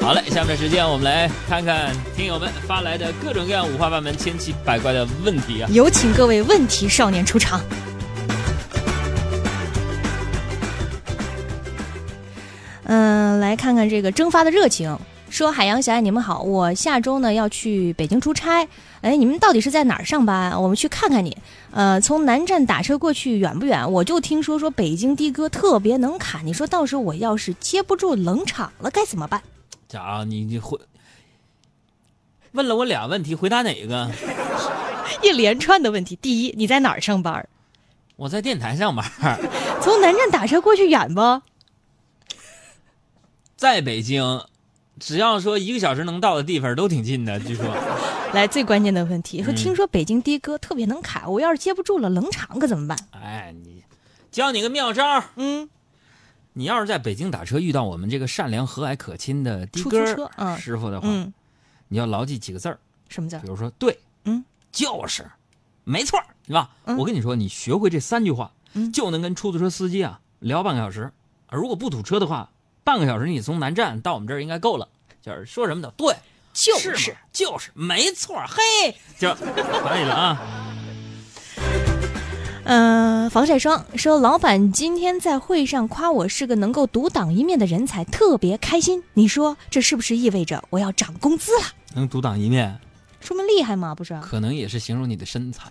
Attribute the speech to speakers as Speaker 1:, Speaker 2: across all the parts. Speaker 1: 好嘞，下面的时间我们来看看听友们发来的各种各样五花八门、千奇百怪的问题啊。
Speaker 2: 有请各位问题少年出场。嗯，来看看这个蒸发的热情。说海洋小爱，你们好，我下周呢要去北京出差，哎，你们到底是在哪儿上班？我们去看看你。呃，从南站打车过去远不远？我就听说说北京的哥特别能侃，你说到时候我要是接不住冷场了该怎么办？
Speaker 1: 家伙，你你回问了我俩问题，回答哪个？
Speaker 2: 一连串的问题，第一，你在哪儿上班？
Speaker 1: 我在电台上班，
Speaker 2: 从南站打车过去远不？
Speaker 1: 在北京，只要说一个小时能到的地方都挺近的，据说。
Speaker 2: 来，最关键的问题，说
Speaker 1: 嗯
Speaker 2: 听说北京的哥特别能侃，我要是接不住了冷场可怎么办？
Speaker 1: 哎，你教你个妙招儿，
Speaker 2: 嗯，
Speaker 1: 你要是在北京打车遇到我们这个善良、和蔼、可亲的的
Speaker 2: 出租
Speaker 1: 哥
Speaker 2: 车
Speaker 1: 儿
Speaker 2: 嗯
Speaker 1: 师傅的话，
Speaker 2: 嗯，
Speaker 1: 你要牢记几个字儿，
Speaker 2: 什么字儿
Speaker 1: 比？如说对，
Speaker 2: 嗯，
Speaker 1: 就是，没错儿，是吧？
Speaker 2: 嗯
Speaker 1: 我跟你说，你学会这三句话，
Speaker 2: 嗯
Speaker 1: 就能跟出租车司机啊聊半个小时。如果不堵车的话，半个小时你从南站到我们这儿应该够了。就是说什么的，对，
Speaker 2: 就是
Speaker 1: 嘛就是，没错儿，嘿，就可以了啊。
Speaker 2: 嗯，防晒霜说，老板今天在会上夸我是个能够独当一面的人才，特别开心。你说这是不是意味着我要涨工资了？
Speaker 1: 能独当一面，
Speaker 2: 说明厉害嘛，不是？
Speaker 1: 可能也是形容你的身材。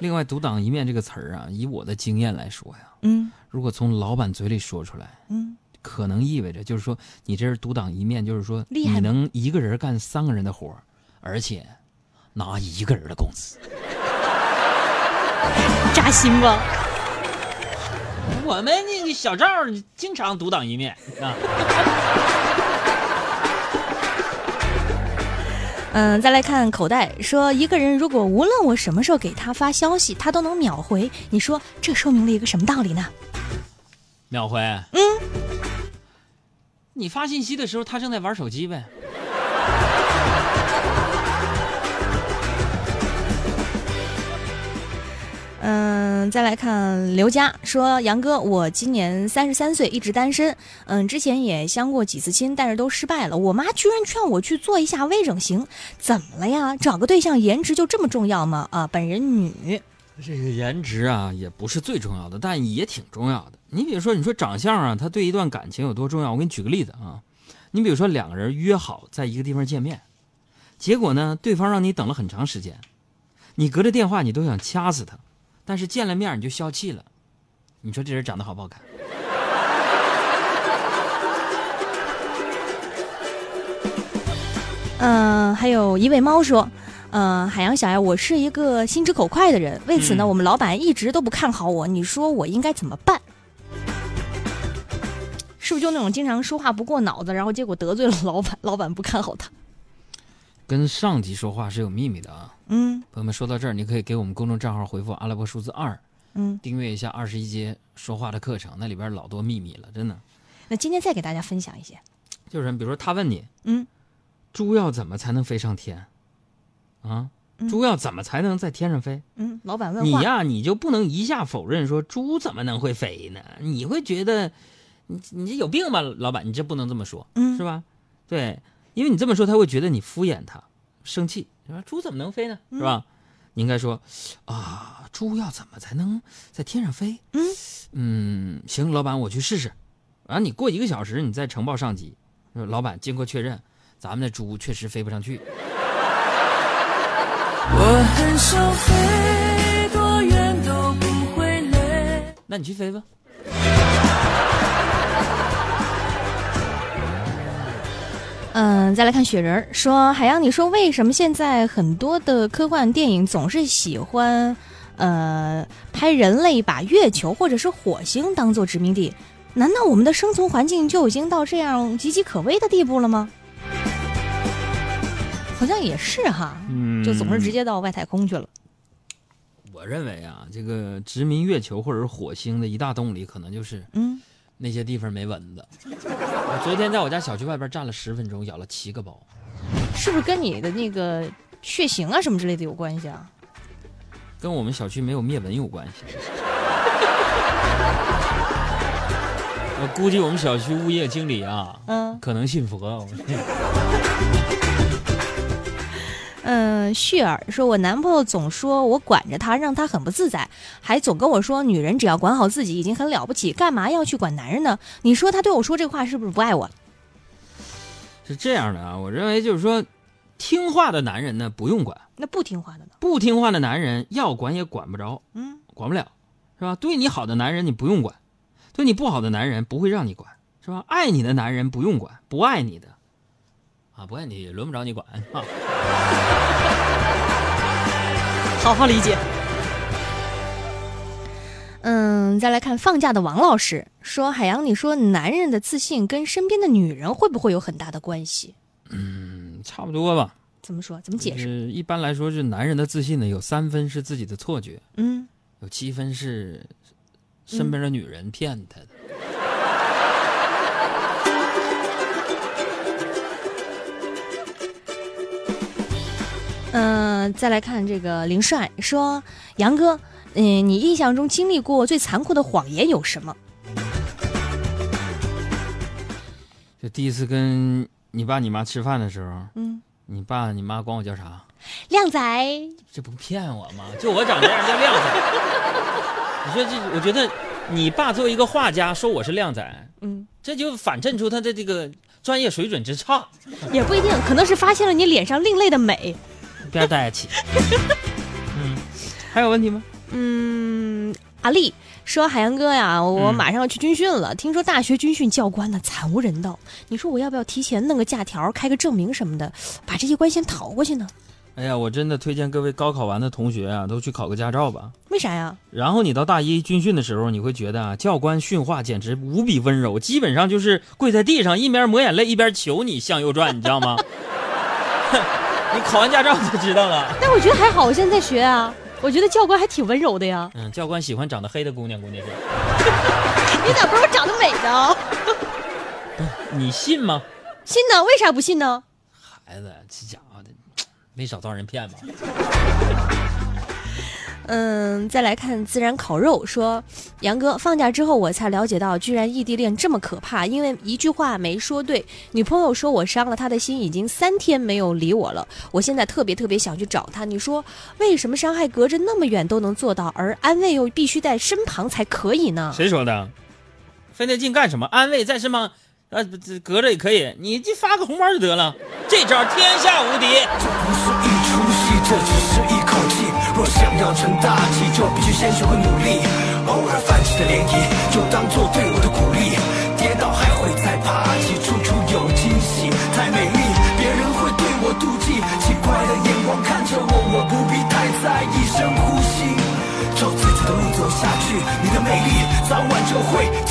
Speaker 1: 另外，“独当一面”这个词儿啊，以我的经验来说呀，
Speaker 2: 嗯
Speaker 1: 如果从老板嘴里说出来，
Speaker 2: 嗯，
Speaker 1: 可能意味着就是说你这是独当一面，就是说
Speaker 2: 厉
Speaker 1: 你
Speaker 2: 害吗
Speaker 1: 能一个人干三个人的活儿，而且拿一个人的工资。
Speaker 2: 扎心吧。
Speaker 1: 我们那个小赵儿经常独当一面啊。
Speaker 2: 嗯，再来看口袋说，一个人如果无论我什么时候给他发消息，他都能秒回，你说这说明了一个什么道理呢？
Speaker 1: 妙辉，嗯，你发信息的时候，他正在玩手机呗。
Speaker 2: 嗯，再来看刘佳说：“杨哥，我今年三十三岁，一直单身。嗯，之前也相过几次亲，但是都失败了。我妈居然劝我去做一下微整形，怎么了呀？找个对象颜值就这么重要吗？啊，本人女，
Speaker 1: 这个颜值啊，也不是最重要的，但也挺重要的。你比如说，你说长相啊，它对一段感情有多重要？我给你举个例子啊，你比如说两个人约好在一个地方见面，结果呢，对方让你等了很长时间，你隔着电话你都想掐死他，但是见了面你就消气了，你说这人长得好不好看？
Speaker 2: 嗯，还有一位猫说。”嗯，海洋小爱，我是一个心直口快的人，为此呢，
Speaker 1: 嗯
Speaker 2: 我们老板一直都不看好我。你说我应该怎么办？是不是就那种经常说话不过脑子，然后结果得罪了老板，老板不看好他？
Speaker 1: 跟上级说话是有秘密的啊。
Speaker 2: 嗯
Speaker 1: 朋友们，说到这儿，你可以给我们公众账号回复阿拉伯数字二，
Speaker 2: 嗯，
Speaker 1: 订阅一下二十一节说话的课程，那里边老多秘密了，真的。
Speaker 2: 那今天再给大家分享一些，
Speaker 1: 就是比如说他问你，
Speaker 2: 嗯，
Speaker 1: 猪要怎么才能飞上天？啊，
Speaker 2: 嗯
Speaker 1: 猪要怎么才能在天上飞？
Speaker 2: 嗯，老板问
Speaker 1: 你
Speaker 2: 话，
Speaker 1: 呀、你就不能一下否认说猪怎么能会飞呢？你会觉得你你这有病吧，老板，你这不能这么说，
Speaker 2: 嗯
Speaker 1: 是吧？对，因为你这么说，他会觉得你敷衍他，生气。你说猪怎么能飞呢？
Speaker 2: 嗯
Speaker 1: 是吧？你应该说啊，猪要怎么才能在天上飞？
Speaker 2: 嗯
Speaker 1: 嗯行，老板，我去试试。啊，你过一个小时，你再呈报上级。说老板，经过确认，咱们的猪确实飞不上去。
Speaker 3: 我很想飞，多远都不会累。
Speaker 1: 那你去飞吧。
Speaker 2: 嗯，再来看雪人儿说，海洋，你说为什么现在很多的科幻电影总是喜欢，呃，拍人类把月球或者是火星当做殖民地？难道我们的生存环境就已经到这样岌岌可危的地步了吗？好像也是哈，
Speaker 1: 嗯
Speaker 2: 就总是直接到外太空去了。
Speaker 1: 我认为啊，这个殖民月球或者是火星的一大动力，可能就是
Speaker 2: 嗯，
Speaker 1: 那些地方没蚊子。我昨天在我家小区外边站了十分钟，咬了七个包。
Speaker 2: 是不是跟你的那个血型啊什么之类的有关系啊？
Speaker 1: 跟我们小区没有灭蚊有关系。 我估计我们小区物业经理啊，
Speaker 2: 嗯
Speaker 1: 可能信佛。啊我们
Speaker 2: 嗯，旭儿说，我男朋友总说我管着他，让他很不自在，还总跟我说，女人只要管好自己已经很了不起，干嘛要去管男人呢？你说他对我说这话是不是不爱我？
Speaker 1: 是这样的啊，我认为就是说，听话的男人呢不用管，
Speaker 2: 那不听话的呢？
Speaker 1: 不听话的男人要管也管不着，
Speaker 2: 嗯，
Speaker 1: 管不了，是吧？对你好的男人你不用管，对你不好的男人不会让你管，是吧？爱你的男人不用管，不爱你的，啊，不爱你轮不着你管 啊。
Speaker 2: 好好理解。嗯，再来看放假的王老师说，海洋，你说男人的自信跟身边的女人会不会有很大的关系？
Speaker 1: 嗯，差不多吧。
Speaker 2: 怎么说？怎么解释？
Speaker 1: 是一般来说，是男人的自信呢，有三分是自己的错觉，
Speaker 2: 嗯，
Speaker 1: 有七分是身边的女人骗他的。
Speaker 2: 嗯、再来看这个林帅说，杨哥，嗯、你印象中经历过最残酷的谎言有什么？
Speaker 1: 就第一次跟你爸你妈吃饭的时候，
Speaker 2: 嗯，
Speaker 1: 你爸你妈管我叫啥？
Speaker 2: 靓仔，
Speaker 1: 这不骗我吗？就我长这样叫靓仔。你说这，我觉得你爸作为一个画家说我是靓仔，
Speaker 2: 嗯，
Speaker 1: 这就反衬出他的这个专业水准之 差。
Speaker 2: 也不一定，可能是发现了你脸上另类的美。
Speaker 1: 边待一起。嗯， 还有问题吗？
Speaker 2: 嗯，阿丽说：“海洋哥呀，我
Speaker 1: 嗯
Speaker 2: 马上要去军训了，听说大学军训教官呢惨无人道，你说我要不要提前弄个假条，开个证明什么的，把这些关先逃过去呢？
Speaker 1: 哎呀，我真的推荐各位高考完的同学啊，都去考个驾照吧。
Speaker 2: 为啥呀？
Speaker 1: 然后你到大一军训的时候，你会觉得啊，教官训话简直无比温柔，基本上就是跪在地上，一边抹眼泪，一边求你向右转，你知道吗？ 你考完驾照就知道了。
Speaker 2: 但我觉得还好，我现在在学啊，我觉得教官还挺温柔的呀。
Speaker 1: 嗯，教官喜欢长得黑的姑娘，关键是，
Speaker 2: 你咋不说我长得美呢？
Speaker 1: 你信吗？
Speaker 2: 信呢？为啥不信呢？
Speaker 1: 孩子，这家伙的，没少遭人骗吧？
Speaker 2: 嗯，再来看自然烤肉说，杨哥放假之后我才了解到，居然异地恋这么可怕，因为一句话没说对，女朋友说我伤了她的心，已经三天没有理我了。我现在特别特别想去找她，你说为什么伤害隔着那么远都能做到，而安慰又必须在身旁才可以呢？
Speaker 1: 谁说的？费那劲干什么？安慰在身旁，呃，不这隔着也可以，你就发个红包就得了，这招天下无敌。
Speaker 4: 不是一出戏，这只是一口气。若想要成大器，就必须先学会努力。偶尔泛起的涟漪，就当做对我的鼓励。跌倒还会再爬起，处处有惊喜，太美丽。别人会对我妒忌，奇怪的眼光看着我，我不必太在意。深呼吸，照自己的路走下去，你的美丽早晚就会。